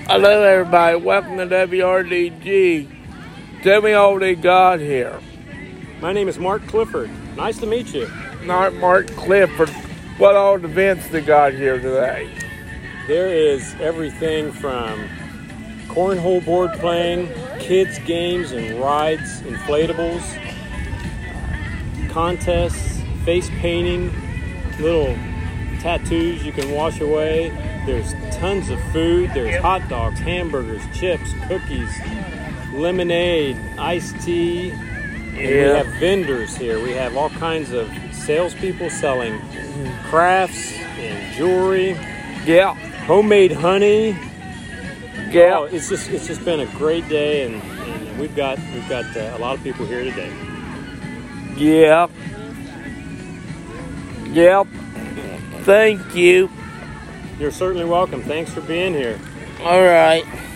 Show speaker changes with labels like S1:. S1: Hello, everybody. Welcome to WRDG. Tell me all they got here.
S2: My name is Mark Clifford. Nice to meet you.
S1: Not Mark Clifford. What all the events they got here today?
S2: There is everything from cornhole board playing, kids' games and rides, inflatables, contests, face painting, little tattoos you can wash away. There's tons of food. There's hot dogs, hamburgers, chips, cookies, lemonade, iced tea. And
S1: Yeah.
S2: we have vendors here. We have all kinds of salespeople selling crafts and jewelry,
S1: Yeah,
S2: homemade honey.
S1: yeah.
S2: Oh, it's just it's just been a great day, and, and we've got we've got uh, a lot of people here today.
S1: Yep. Yep. Thank you.
S2: You're certainly welcome. Thanks for being here.
S1: All right.